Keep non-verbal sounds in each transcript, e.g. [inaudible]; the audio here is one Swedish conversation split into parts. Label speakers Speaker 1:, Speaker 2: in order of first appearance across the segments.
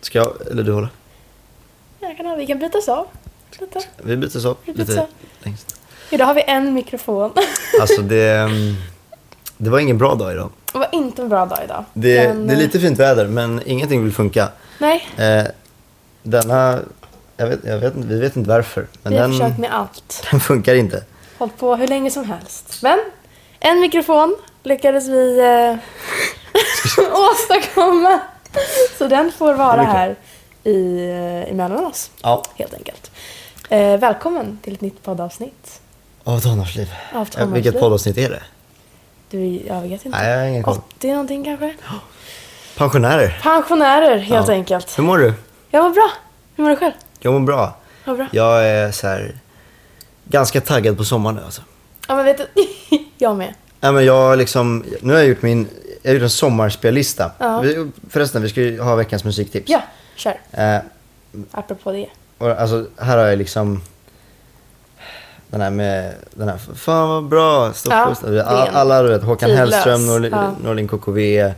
Speaker 1: Ska jag, eller du håller?
Speaker 2: Jag kan ha, vi kan bytas av. Lite.
Speaker 1: Vi byter så.
Speaker 2: Vi byter så.
Speaker 1: längst.
Speaker 2: Idag har vi en mikrofon. [laughs]
Speaker 1: Alltså det, mm, det var ingen bra dag idag.
Speaker 2: Det var inte en bra dag idag.
Speaker 1: Det,
Speaker 2: Men,
Speaker 1: det är
Speaker 2: eh,
Speaker 1: lite fint väder men ingenting vill funka.
Speaker 2: Nej,
Speaker 1: Eh, denna, jag vet, jag vet, inte- vi vet inte varför. Men
Speaker 2: vi har
Speaker 1: den,
Speaker 2: försökt med allt.
Speaker 1: [laughs] den funkar inte.
Speaker 2: Hållit på hur länge som helst. Men en mikrofon lyckades vi
Speaker 1: [laughs]
Speaker 2: eh, [laughs] åstadkomma. Så den får vara
Speaker 1: Det är klart.
Speaker 2: här i, eh, emellan oss,
Speaker 1: Ja,
Speaker 2: helt enkelt. Eh, välkommen till ett nytt poddavsnitt
Speaker 1: av tonårsliv.
Speaker 2: av
Speaker 1: Eh,
Speaker 2: Tonårsliv.
Speaker 1: Vilket poddavsnitt är det?
Speaker 2: Du, jag vet inte.
Speaker 1: Nej, jag har ingen koll.
Speaker 2: 80 någonting kanske?
Speaker 1: Pensionärer.
Speaker 2: Pensionärer, helt
Speaker 1: Ja.
Speaker 2: enkelt.
Speaker 1: Hur mår du?
Speaker 2: Jag mår bra. Hur mår du själv?
Speaker 1: Jag mår bra.
Speaker 2: Vad bra.
Speaker 1: Jag är så här, ganska taggad på sommaren nu alltså.
Speaker 2: Ja, men vet du, [laughs] jag med.
Speaker 1: Nej, men jag har liksom, nu har jag gjort min, jag har gjort en sommarspellista.
Speaker 2: Ja.
Speaker 1: Vi, förresten, vi ska ju ha veckans musiktips.
Speaker 2: Ja, kör.
Speaker 1: Eh,
Speaker 2: Apropå det.
Speaker 1: och alltså, här har jag liksom den här med, den här, fan vad bra,
Speaker 2: Ja,
Speaker 1: Stockholm.
Speaker 2: det är
Speaker 1: All-
Speaker 2: en
Speaker 1: alla du vet, Håkan
Speaker 2: tidlös.
Speaker 1: Hellström, Norlin,
Speaker 2: Ja.
Speaker 1: Norlin KKV,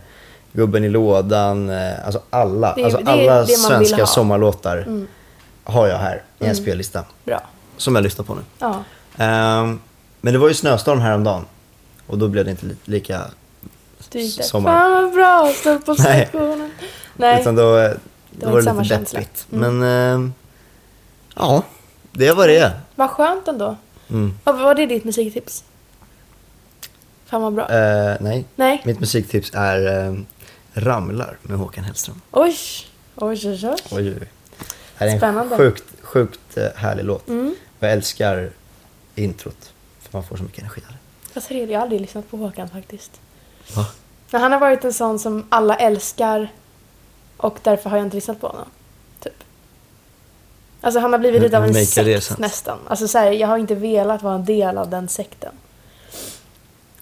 Speaker 1: Gubben i lådan, eh, alltså alla,
Speaker 2: Det är-
Speaker 1: alltså
Speaker 2: det är
Speaker 1: alla
Speaker 2: det man vill
Speaker 1: svenska
Speaker 2: ha. Mm.
Speaker 1: sommarlåtar har jag här i en spellista
Speaker 2: Bra.
Speaker 1: som jag lyssnar på nu.
Speaker 2: Ja.
Speaker 1: Ehm, men det var ju snöstorm häromdagen och då blev det inte li- lika
Speaker 2: Du gick där.
Speaker 1: Sommar.
Speaker 2: Fan vad bra att stå på
Speaker 1: Nej.
Speaker 2: stationen. Nej.
Speaker 1: Utan då, eh,
Speaker 2: var
Speaker 1: då var
Speaker 2: inte
Speaker 1: det
Speaker 2: samma
Speaker 1: lite
Speaker 2: känsla. Mm.
Speaker 1: deppigt. Men ehm, ja, det var det.
Speaker 2: Vad skönt ändå.
Speaker 1: Mm.
Speaker 2: Vad var det ditt musiktips? Fan vad bra.
Speaker 1: Eh, nej,
Speaker 2: Nej.
Speaker 1: mitt musiktips är eh, Ramlar med Håkan Hellström.
Speaker 2: Oj. Oj, oj, oj.
Speaker 1: Oj, oj, oj. Det här är en
Speaker 2: Spännande.
Speaker 1: sjukt, sjukt eh, härlig låt.
Speaker 2: Mm.
Speaker 1: Och Jag älskar introt, för man får så mycket energi av det.
Speaker 2: Jag ser det. Jag har aldrig lyssnat på Håkan faktiskt.
Speaker 1: Va?
Speaker 2: Men han har varit en sån som alla älskar och därför har jag inte lyssnat på honom. Typ. Alltså han har blivit
Speaker 1: Hur-
Speaker 2: lite av
Speaker 1: hur
Speaker 2: en
Speaker 1: maker det
Speaker 2: sekt
Speaker 1: sense?
Speaker 2: nästan. Alltså så här, jag har inte velat vara en del av den sekten.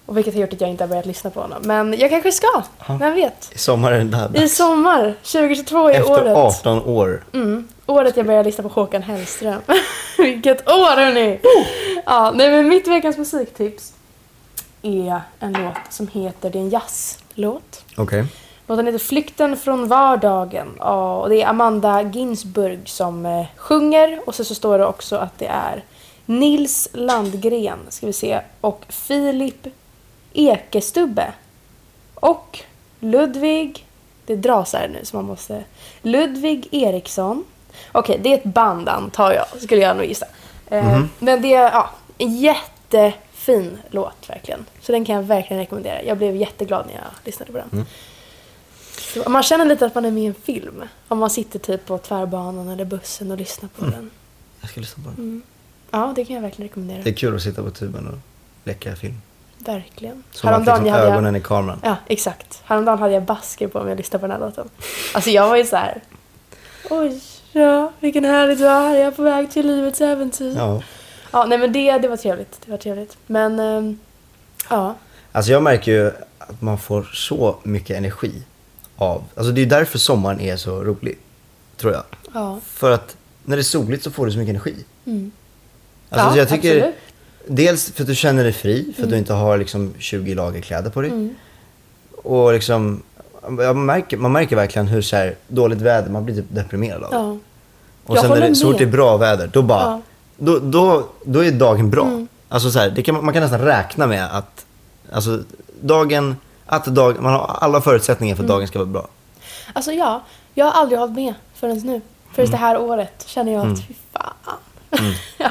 Speaker 2: Och vilket har gjort att jag inte har börjat lyssna på honom. Men jag kanske ska,
Speaker 1: Ja.
Speaker 2: vem vet?
Speaker 1: I sommar är det där
Speaker 2: I
Speaker 1: dags.
Speaker 2: sommar, 2022 är
Speaker 1: Efter
Speaker 2: året.
Speaker 1: 18 år.
Speaker 2: Mm, året jag började lyssna på Håkan Hellström. [laughs] Vilket år hörni!
Speaker 1: Oh!
Speaker 2: Ja, nej men mitt veckans musiktips är en låt som heter, det är en jazzlåt.
Speaker 1: Okej.
Speaker 2: Låten heter Flykten från vardagen Ja, och det är Amanda Ginsburg som eh, sjunger och sen så står det också att det är Nils Landgren ska vi se och Filip Ekestubbe och Ludvig, det dras här nu så man måste, Ludvig Eriksson. Okej, det är ett band antar jag, skulle jag nog gissa. Eh,
Speaker 1: Mhm.
Speaker 2: Men det är ja, en jättefin låt verkligen. Så den kan jag verkligen rekommendera. Jag blev jätteglad när jag lyssnade på den.
Speaker 1: Mm.
Speaker 2: Så Man känner lite att man är med i en film. Om man sitter typ på tvärbanan eller bussen och lyssnar på
Speaker 1: Mm.
Speaker 2: den.
Speaker 1: Jag ska lyssna på den.
Speaker 2: Mm. Ja, det kan jag verkligen rekommendera.
Speaker 1: Det är kul att sitta på tuben och leka film.
Speaker 2: Verkligen.
Speaker 1: Så man har liksom
Speaker 2: jag-
Speaker 1: ögonen i kameran.
Speaker 2: Ja, exakt. Häromdagen hade jag basker på mig och lyssnade på den här låten. Alltså jag var ju så här. Oj, ja, vilken härlig dag. Här är jag på väg till livets äventyr. Ja,
Speaker 1: Ja.
Speaker 2: nej men det, det var trevligt. Det var trevligt. Men, ehm, ja.
Speaker 1: Alltså jag märker ju att man får så mycket energi av... Alltså det är ju därför sommaren är så rolig, tror jag.
Speaker 2: Ja.
Speaker 1: För att när det är soligt så får du så mycket energi.
Speaker 2: Mm.
Speaker 1: Alltså
Speaker 2: Ja,
Speaker 1: så jag tycker,
Speaker 2: absolut.
Speaker 1: Dels för att du känner dig fri, för att du inte har liksom 20 lager kläder på dig.
Speaker 2: Mm.
Speaker 1: Och liksom, jag märker, man märker verkligen hur så här, dåligt väder, man blir typ deprimerad av det.
Speaker 2: ja.
Speaker 1: Och
Speaker 2: Jag
Speaker 1: sen när
Speaker 2: håller
Speaker 1: det, så
Speaker 2: med.
Speaker 1: fort det är bra väder, då bara,
Speaker 2: Ja.
Speaker 1: då, då, då är dagen bra.
Speaker 2: Mm.
Speaker 1: Alltså så här, det kan, man- man kan nästan räkna med att, alltså dagen, att dag, man har alla förutsättningar för att dagen ska vara bra.
Speaker 2: Alltså Mm. ja, jag har aldrig hållit med förrän nu. Förrän
Speaker 1: Mm.
Speaker 2: det här året känner jag att fy fan.
Speaker 1: Ja,
Speaker 2: [laughs] jag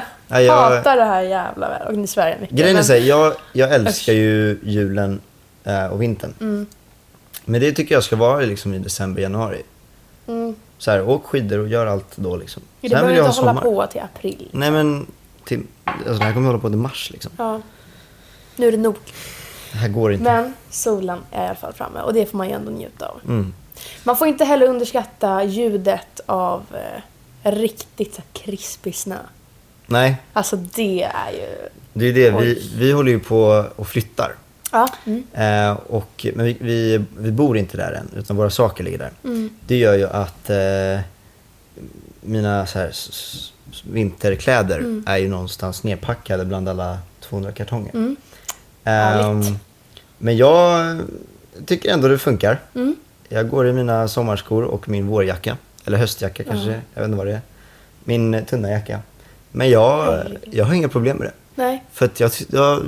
Speaker 1: Mm. jag-
Speaker 2: hatar det här jävla vädret. Och nu svär jag mycket.
Speaker 1: Grejen är
Speaker 2: men-
Speaker 1: så här, jag, jag älskar ju julen eh, och vintern.
Speaker 2: Mm.
Speaker 1: Men det tycker jag ska vara liksom i december, januari.
Speaker 2: Mm.
Speaker 1: Så här, åk skidor och gör allt då liksom.
Speaker 2: Det
Speaker 1: Sen
Speaker 2: behöver
Speaker 1: vill jag
Speaker 2: inte
Speaker 1: ha
Speaker 2: hålla
Speaker 1: sommar. Mm.
Speaker 2: på till april.
Speaker 1: Nej men, till, alltså det här kommer hålla på till mars liksom.
Speaker 2: Ja. Nu är det nog.
Speaker 1: Det här går inte.
Speaker 2: Men solen är i alla fall framme och det får man ju ändå njuta av.
Speaker 1: Mm.
Speaker 2: Man får inte heller underskatta ljudet av eh, riktigt så här krispig snö.
Speaker 1: Nej,
Speaker 2: Alltså det är ju...
Speaker 1: det är det.
Speaker 2: Oj.
Speaker 1: Vi, vi håller ju på och flyttar.
Speaker 2: Ja. Mm.
Speaker 1: Eh, och, men vi, vi, vi bor inte där än, utan våra saker ligger där.
Speaker 2: Mm.
Speaker 1: Det gör ju att eh, mina så här, s- s- vinterkläder är ju någonstans nerpackade bland alla 200 kartonger.
Speaker 2: Mm.
Speaker 1: Ehm,
Speaker 2: Härligt.
Speaker 1: men jag tycker ändå det funkar.
Speaker 2: Mm.
Speaker 1: Jag går i mina sommarskor och min vårjacka. Eller höstjacka kanske. Jag vet inte vad det är. Min eh, tunna jacka. Men jag,
Speaker 2: Herregud.
Speaker 1: jag har inga problem med det.
Speaker 2: Nej.
Speaker 1: För att jag, jag,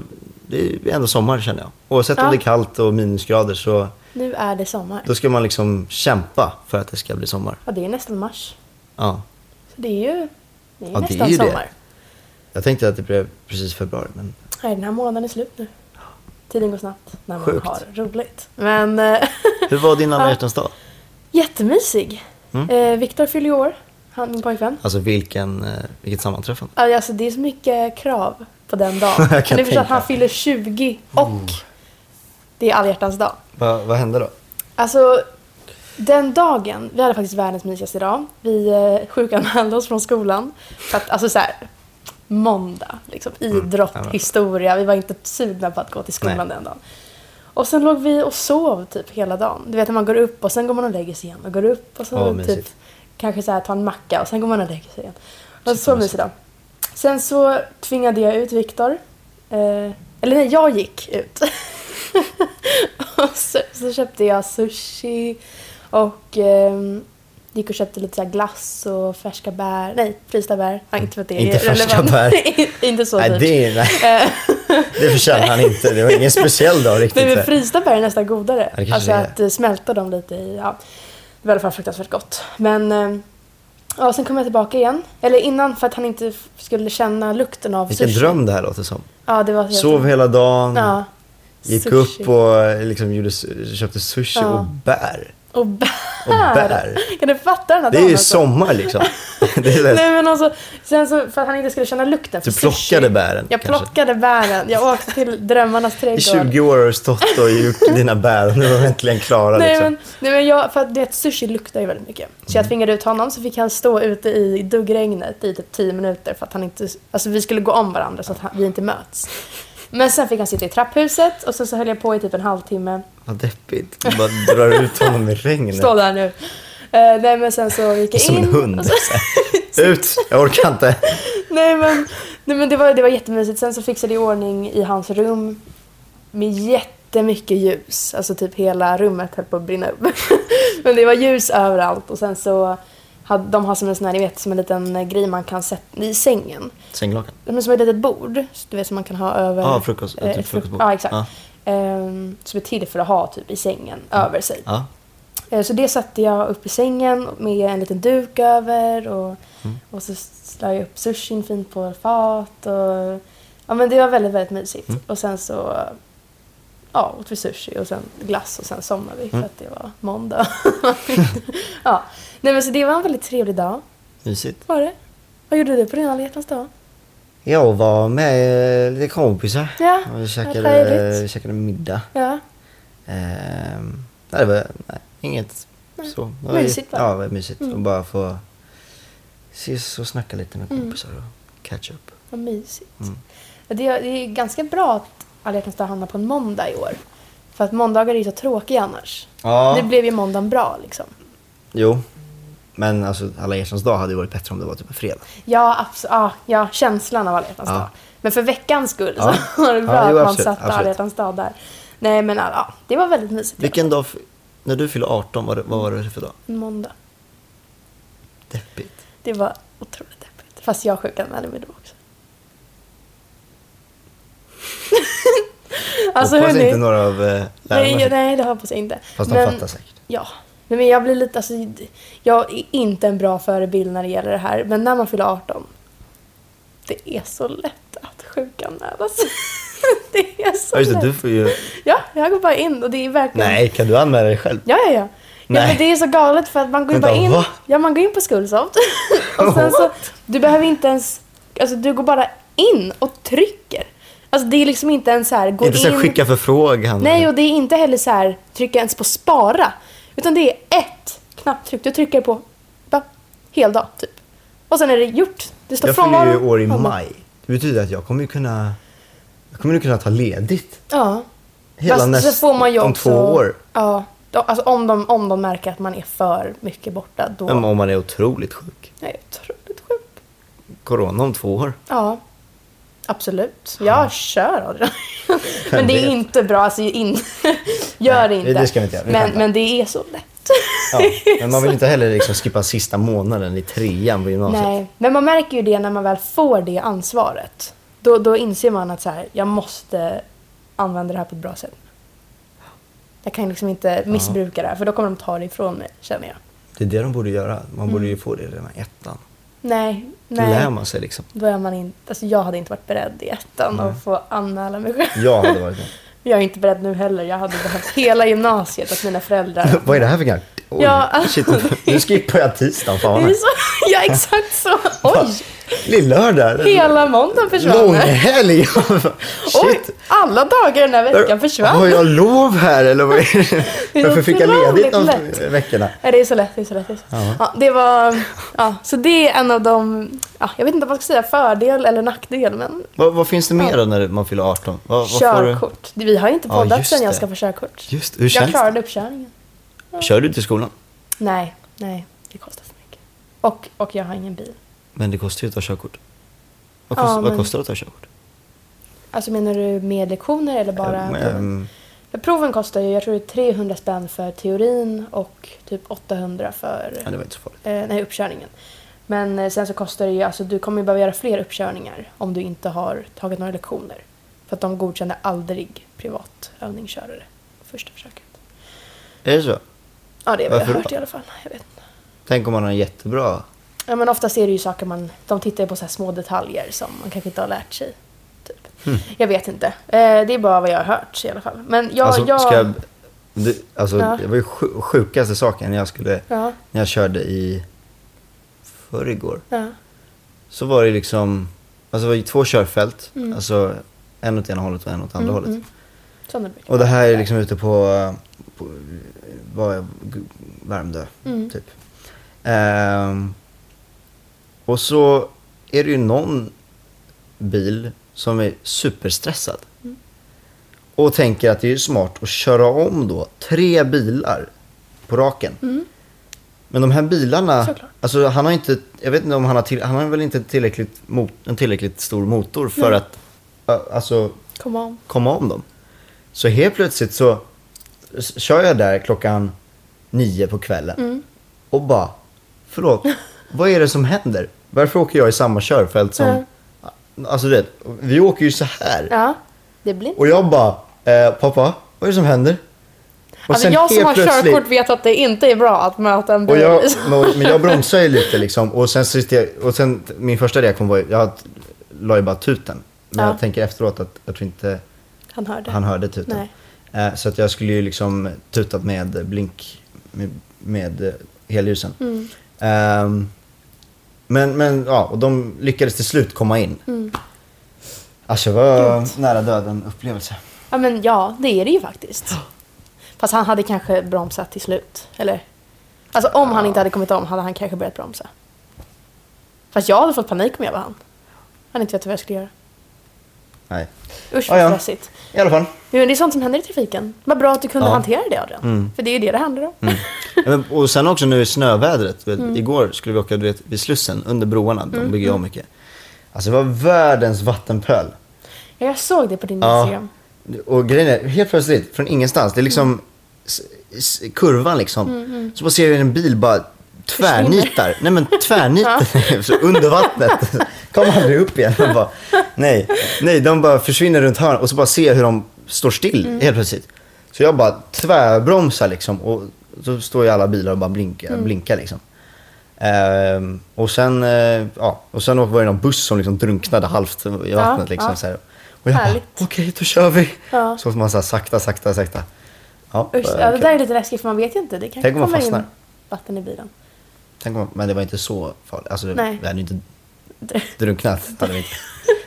Speaker 1: det är ändå sommar känner jag. Oavsett
Speaker 2: Ja.
Speaker 1: om det är kallt och minusgrader så
Speaker 2: Nu är det sommar.
Speaker 1: då ska man liksom kämpa för att det ska bli sommar.
Speaker 2: Ja, det är nästan mars.
Speaker 1: Ja.
Speaker 2: Så det är ju, det är ju
Speaker 1: Ja, det
Speaker 2: nästan
Speaker 1: är ju det.
Speaker 2: sommar.
Speaker 1: Jag tänkte att det blev precis februari men
Speaker 2: Nej, den här månaden är slut nu. Tiden går snabbt när man
Speaker 1: Sjukt.
Speaker 2: har roligt. Men eh, [laughs]
Speaker 1: hur var din alla
Speaker 2: Ja.
Speaker 1: hjärtans dag?
Speaker 2: jättemysig.
Speaker 1: Mm.
Speaker 2: Eh, Viktor fyller ju år, han, min pojkvän.
Speaker 1: Alltså vilken, eh, vilket sammanträffande.
Speaker 2: Ja, Alltså, det är så mycket krav på den dagen.
Speaker 1: [laughs] Jag kan
Speaker 2: Kan du förstå
Speaker 1: tänka. Mm.
Speaker 2: att han fyller 20 och det är alla hjärtans dag.
Speaker 1: Va, vad hände då?
Speaker 2: Alltså, den dagen, vi hade faktiskt världens mysigaste dag. Vi eh, sjukanmälde oss från skolan. För att, alltså så här, måndag, liksom, idrott,
Speaker 1: Mm, ja, men-
Speaker 2: historia. Vi var inte sugna på att gå till skolan
Speaker 1: Nej.
Speaker 2: den dagen. Och sen låg vi och sov typ hela dagen. Du vet när man går upp och sen går man och lägger sig igen och går upp och så
Speaker 1: Ja,
Speaker 2: typ
Speaker 1: mysigt.
Speaker 2: kanske så här, tar en macka och sen går man och lägger sig igen. Och
Speaker 1: Shit, vad
Speaker 2: så mysig dag. Sen så tvingade jag ut Viktor. Eh, eller nej, jag gick ut. och så, så köpte jag sushi och ehm, gick och köpte lite så här glass och färska bär. Nej, frysta bär. Ja, inte för att det
Speaker 1: Inte
Speaker 2: är
Speaker 1: färska
Speaker 2: relevant. [laughs]
Speaker 1: bär.
Speaker 2: inte så
Speaker 1: nej,
Speaker 2: dyrt.
Speaker 1: det, är- nej, [laughs] det förtjänar han inte. Det var ingen speciell
Speaker 2: [laughs]
Speaker 1: dag riktigt.
Speaker 2: Eh. Nej men
Speaker 1: så här.
Speaker 2: frysta bär är nästan godare.
Speaker 1: Ja, det kanske
Speaker 2: alltså
Speaker 1: det är.
Speaker 2: att eh, smälta dem lite i, ja. Det var i alla fall fruktansvärt gott. Men, eh, ja sen kom jag tillbaka igen. Eller innan för att han inte f- skulle känna lukten av
Speaker 1: Vilken
Speaker 2: sushi.
Speaker 1: dröm det här låter som.
Speaker 2: Ja det var helt...
Speaker 1: Sov hela dagen,
Speaker 2: Ja.
Speaker 1: gick
Speaker 2: Sushi.
Speaker 1: upp och eh, liksom gjorde, su- köpte sushi
Speaker 2: Ja.
Speaker 1: och bär.
Speaker 2: Och bär.
Speaker 1: Och bär.
Speaker 2: [laughs] Kan du fatta den här
Speaker 1: Det är
Speaker 2: dagen
Speaker 1: ju
Speaker 2: alltså?
Speaker 1: sommar
Speaker 2: [laughs]
Speaker 1: liksom. Det är [laughs] lätt.
Speaker 2: Nej men alltså, sen så för att han inte skulle känna lukten.
Speaker 1: Du
Speaker 2: för sushi.
Speaker 1: plockade bären
Speaker 2: Jag
Speaker 1: kanske.
Speaker 2: plockade bären. Jag åkte till drömmarnas
Speaker 1: I
Speaker 2: trädgård.
Speaker 1: 20 år har du stått
Speaker 2: [laughs]
Speaker 1: och gjort dina bär och nu är de äntligen klara.
Speaker 2: Nej
Speaker 1: liksom. Mm.
Speaker 2: men, nej men jag, för att du vet sushi luktar ju väldigt mycket. Så jag tvingade ut honom så fick han stå ute i duggregnet i typ 10 minuter för att han inte, alltså vi skulle gå om varandra så att han, vi inte möts. Men sen fick han sitta i trapphuset och sen så höll jag på i typ en halvtimme.
Speaker 1: Vad deppigt. Du bara drar ut honom i regnet.
Speaker 2: Stå där nu. Eh, nej men sen så gick jag
Speaker 1: Som
Speaker 2: in.
Speaker 1: en hund. alltså.
Speaker 2: och Så,
Speaker 1: Ut! Jag orkar inte.
Speaker 2: nej men, nej, men det, var, det var jättemysigt. Sen så fixade jag i ordning i hans rum med jättemycket ljus. Alltså typ hela rummet höll på att brinna upp. [laughs] Men det var ljus överallt och sen så hade, de har som en sån här, ni vet, som en liten grej man kan sätta i sängen.
Speaker 1: Sänglakan.
Speaker 2: Men som ett litet bord, så du vet, som man kan ha över...
Speaker 1: Ja, frukost.
Speaker 2: eh,
Speaker 1: Typ
Speaker 2: fruk-
Speaker 1: frukostbord.
Speaker 2: Ja, exakt.
Speaker 1: Ja.
Speaker 2: Ehm, som är till för att ha typ i sängen, över sig.
Speaker 1: Ja.
Speaker 2: Eh, Så det satte jag upp i sängen med en liten duk över och, och så s- la jag upp sushin fint på fat. Och, ja, men det var väldigt, väldigt mysigt. Och sen så ja, åt vi sushi och sen glass och sen somnade vi för att det var måndag. [laughs] ja. Nej, men så det var en väldigt trevlig dag.
Speaker 1: Mysigt.
Speaker 2: Var det? Vad gjorde du på din alla hjärtans dag?
Speaker 1: Jag var med eh, lite kompisar.
Speaker 2: Ja,
Speaker 1: och vi
Speaker 2: vad
Speaker 1: käkade,
Speaker 2: trevligt.
Speaker 1: vi käkade middag.
Speaker 2: Ja,
Speaker 1: Ehm, nej, det var nej, inget så. Det var ju-
Speaker 2: Mysigt Mm.
Speaker 1: Ja,
Speaker 2: bara.
Speaker 1: det var mysigt. Och bara få ses och snacka lite med
Speaker 2: Mm.
Speaker 1: kompisar och catch up.
Speaker 2: vad mysigt. Ja, Det, är, det är ganska bra att alla hjärtans dag hamnar på en måndag i år. För att måndagar är ju så tråkiga annars.
Speaker 1: Ja,
Speaker 2: Det blev ju måndagen bra liksom.
Speaker 1: jo. Men alltså, alla hjärtans dag hade ju varit bättre om det var typ en fredag.
Speaker 2: Ja, abs- ja, ja känslan av alla hjärtans
Speaker 1: Ja.
Speaker 2: dag. Men för veckans skull
Speaker 1: Ja.
Speaker 2: så [laughs] var det
Speaker 1: Ja,
Speaker 2: bra
Speaker 1: jo,
Speaker 2: att man
Speaker 1: absolut,
Speaker 2: satte alla
Speaker 1: absolut.
Speaker 2: hjärtans dag där. Nej men ja, ja, det var väldigt mysigt.
Speaker 1: Vilken dag, f- när du fyllde 18, vad, vad var det för dag?
Speaker 2: En måndag.
Speaker 1: Deppigt.
Speaker 2: Det var otroligt deppigt. Fast jag sjukanmälde mig då också. [laughs] alltså
Speaker 1: Hoppas
Speaker 2: hörni.
Speaker 1: inte några av eh, lärarna
Speaker 2: nej,
Speaker 1: fick-
Speaker 2: nej, det hoppas jag inte.
Speaker 1: Fast de
Speaker 2: Men-
Speaker 1: fattar säkert.
Speaker 2: Ja. Nej, men jag blir lite, alltså, jag är inte en bra förebild när det gäller det här. Men när man fyller 18, det är så lätt att sjukanmäla sig. [laughs] det är så
Speaker 1: Ja, just det,
Speaker 2: lätt.
Speaker 1: du får ju...
Speaker 2: Ja, jag går bara in och det är verkligen...
Speaker 1: Nej, kan du anmäla dig själv?
Speaker 2: Ja, ja, ja. Ja,
Speaker 1: Nej.
Speaker 2: men det är så galet för att man går ju
Speaker 1: Vänta,
Speaker 2: bara in,
Speaker 1: va?
Speaker 2: ja, man går in på Skullsoft [laughs] och sen så, du behöver inte ens, alltså du går bara in och trycker. Alltså det är liksom inte ens så här, gå
Speaker 1: inte så
Speaker 2: in,
Speaker 1: här, skicka förfrågan.
Speaker 2: nej och det är inte heller så här, trycka ens på spara, utan det är ett knapptryck, du trycker på, bara, hel dag typ. Och sen är det gjort, det står
Speaker 1: jag fyller ju
Speaker 2: frånvaro.
Speaker 1: år i
Speaker 2: Ja, men-
Speaker 1: maj. Det betyder att jag kommer ju kunna... Jag kommer ju kunna ta ledigt.
Speaker 2: Ja.
Speaker 1: Hela
Speaker 2: Fast
Speaker 1: näst,
Speaker 2: så får man ju
Speaker 1: om
Speaker 2: också,
Speaker 1: två år.
Speaker 2: Ja, då- alltså om de, om de märker att man är för mycket borta då.
Speaker 1: Men om man är otroligt sjuk.
Speaker 2: Jag är otroligt sjuk.
Speaker 1: Corona om två [laughs] år.
Speaker 2: Ja, absolut. Jag kör
Speaker 1: [laughs]
Speaker 2: Adrian. Men det är
Speaker 1: vet?
Speaker 2: inte bra, alltså in... [laughs]
Speaker 1: Nej,
Speaker 2: gör det inte.
Speaker 1: det ska vi inte göra. Vi
Speaker 2: men,
Speaker 1: skämtar.
Speaker 2: men det är så lätt.
Speaker 1: Ja. Men man vill inte heller liksom skippa sista månaden i trean på gymnasiet.
Speaker 2: Nej, men man märker ju det när man väl får det ansvaret. Då, då inser man att så här, jag måste använda det här på ett bra sätt. Jag kan liksom inte missbruka det här, för då kommer de ta det ifrån mig, känner jag.
Speaker 1: Det är det de borde göra. Man borde ju få det redan i ettan.
Speaker 2: Nej,
Speaker 1: Då lär
Speaker 2: nej.
Speaker 1: man sig liksom.
Speaker 2: Då är man inte, alltså jag hade inte varit beredd i ettan
Speaker 1: Nej.
Speaker 2: att få anmäla mig själv.
Speaker 1: Jag hade varit med.
Speaker 2: [laughs] Jag är inte beredd nu heller. Jag hade behövt hela gymnasiet att mina föräldrar...
Speaker 1: [laughs] [laughs] Vad är det här för grej? Oj,
Speaker 2: Ja. alltså,
Speaker 1: shit. Nu skippar jag tisdagen. Fan vad
Speaker 2: Det är
Speaker 1: nice.
Speaker 2: så, [laughs] ja, exakt
Speaker 1: [laughs]
Speaker 2: så. Oj!
Speaker 1: Lillördag.
Speaker 2: Hela måndagen försvann. [laughs]
Speaker 1: Långhelg.
Speaker 2: Oj,
Speaker 1: [laughs] Shit.
Speaker 2: alla dagar den här veckan
Speaker 1: Har
Speaker 2: försvann.
Speaker 1: jag lov här eller vad är
Speaker 2: [laughs]
Speaker 1: det?
Speaker 2: är
Speaker 1: Varför fick jag ledigt de
Speaker 2: otroligt lätt.
Speaker 1: veckorna?
Speaker 2: Ja, det är så lätt. Det är så lätt. Det är så.
Speaker 1: Ja.
Speaker 2: Ja. det var, ja, så det är en av de, ja, jag vet inte om man ska säga fördel eller nackdel, men
Speaker 1: Vad, vad finns det mer då när man fyller 18? Vad, vad får du?
Speaker 2: körkort. Vi har ju inte
Speaker 1: Ja,
Speaker 2: poddat
Speaker 1: just
Speaker 2: sen
Speaker 1: det.
Speaker 2: jag ska få körkort.
Speaker 1: Just hur
Speaker 2: Jag
Speaker 1: känns det?
Speaker 2: klarade uppkörningen.
Speaker 1: Kör du till skolan?
Speaker 2: Nej, nej, det kostar för mycket. Och, och jag har ingen bil.
Speaker 1: Men det kostar ju att ta körkort. Vad,
Speaker 2: Ja,
Speaker 1: kost, vad
Speaker 2: men-
Speaker 1: kostar det att ta körkort?
Speaker 2: Alltså menar du med lektioner eller bara proven?
Speaker 1: Ehm,
Speaker 2: För proven kostar ju, jag tror det är 300 spänn för teorin och typ 800 för
Speaker 1: ja, det var inte så farligt.
Speaker 2: eh, nej, uppkörningen. Men eh, sen så kostar det ju, alltså du kommer ju behöva göra fler uppkörningar om du inte har tagit några lektioner. För att de godkänner aldrig privatövningskörare på första försöket.
Speaker 1: Är det så?
Speaker 2: Ja, det är vad jag
Speaker 1: Varför
Speaker 2: har
Speaker 1: då?
Speaker 2: hört i alla fall. Jag vet inte.
Speaker 1: Tänk om man har en jättebra...
Speaker 2: Ja, men oftast är det ju saker man, de tittar ju på så här små detaljer som man kanske inte har lärt sig. Typ.
Speaker 1: Hmm.
Speaker 2: Jag vet inte. Eh, det är bara vad jag har hört i alla fall. Men jag...
Speaker 1: alltså,
Speaker 2: jag...
Speaker 1: ska jag... Du, alltså,
Speaker 2: Ja.
Speaker 1: det var ju sju- sjukaste saken när jag skulle...
Speaker 2: Ja,
Speaker 1: När jag körde i förrgår.
Speaker 2: ja,
Speaker 1: Så var det liksom... Alltså det var ju två körfält.
Speaker 2: Mm.
Speaker 1: Alltså en åt ena hållet och en åt andra hållet.
Speaker 2: sådana brukar
Speaker 1: Och det här är liksom ute på, på var, Värmdö,
Speaker 2: Mm.
Speaker 1: typ. Ehm, och så är det ju någon bil som är superstressad.
Speaker 2: Mm.
Speaker 1: Och tänker att det är ju smart att köra om då tre bilar på raken. Men de här bilarna,
Speaker 2: Mm. Såklart.
Speaker 1: alltså han har inte, jag vet inte om han har, till, han har väl inte tillräckligt mot, en tillräckligt stor motor för
Speaker 2: Nej.
Speaker 1: att, ö, alltså
Speaker 2: Come on.
Speaker 1: komma om dem. Så helt plötsligt så s- kör jag där klockan nio på kvällen
Speaker 2: Mm.
Speaker 1: och bara,
Speaker 2: [laughs]
Speaker 1: förlåt, vad är det som händer? Varför åker jag i samma körfält som, alltså du vet, vi åker ju så här.
Speaker 2: Ja, det blir inte...
Speaker 1: Och jag bara, eh, pappa, vad är det som händer? Och
Speaker 2: Alltså
Speaker 1: sen
Speaker 2: jag som
Speaker 1: helt
Speaker 2: har körkort vet att det inte är bra att möta en bil.
Speaker 1: och jag, [laughs] men- men jag bromsar ju lite liksom. Och sen, sist jag, och sen min första reaktion var ju, jag la ju bara tuten. Men
Speaker 2: Ja.
Speaker 1: jag tänker efteråt att jag tror inte
Speaker 2: Han hörde.
Speaker 1: han hörde tuten. Eh, så att jag skulle ju liksom tutat med blink, med, med eh, helljusen. Ehm, men, men ja, och de lyckades till slut komma in. Alltså det var nära döden upplevelse.
Speaker 2: Ja, men ja, det är det ju faktiskt. Fast han hade kanske bromsat till slut. Eller? Alltså om han inte hade kommit om hade han kanske börjat bromsa. Fast jag hade fått panik om jag var han. Han inte vet vad jag skulle göra.
Speaker 1: Nej.
Speaker 2: Usch vad
Speaker 1: Ah, Ja, ja.
Speaker 2: stressigt.
Speaker 1: I alla fall.
Speaker 2: Jo, men det är sånt som händer i trafiken. Vad bra att du kunde
Speaker 1: Ja. Mm.
Speaker 2: hantera det Adrian. För det är ju det det handlar om.
Speaker 1: Ja, men, och sen också nu i snövädret. Vet, Igår skulle vi åka du vet, vid Slussen, under broarna. De bygger ju om mycket. Alltså det var världens vattenpöl.
Speaker 2: [laughs] Ja, jag såg det på din Instagram.
Speaker 1: Och grejen är, helt plötsligt, från ingenstans, det är liksom s- s- kurvan liksom.
Speaker 2: Mm,
Speaker 1: Så bara ser jag en bil bara tvärnitar. Nej men
Speaker 2: [laughs]
Speaker 1: tvärnitar så under vattnet. Kom aldrig upp igen. Jag Bara, nej, nej, de bara försvinner runt hörnet och så bara ser jag hur de står still
Speaker 2: Mm.
Speaker 1: helt plötsligt. Så jag bara tvärbromsar liksom och så står ju alla bilar och bara blinkar,
Speaker 2: Mm.
Speaker 1: blinkar liksom. Ehm, och sen, eh, ja, och sen var det någon buss som liksom drunknade halvt i vattnet liksom.
Speaker 2: ja.
Speaker 1: Så här. Och jag bara,
Speaker 2: Härligt.
Speaker 1: okej då kör vi.
Speaker 2: Ja.
Speaker 1: Så får man så här, sakta, sakta, sakta. Ja,
Speaker 2: Usch,
Speaker 1: eh,
Speaker 2: ja, det
Speaker 1: okej.
Speaker 2: där är lite läskigt för man vet ju inte. Det kanske
Speaker 1: Tänk om man
Speaker 2: kommer in
Speaker 1: fastnar.
Speaker 2: vatten i bilen. [laughs]
Speaker 1: Tänk om, men det var inte så farligt. Alltså,
Speaker 2: Nej.
Speaker 1: vi hade ju inte drunknat. Hade vi inte.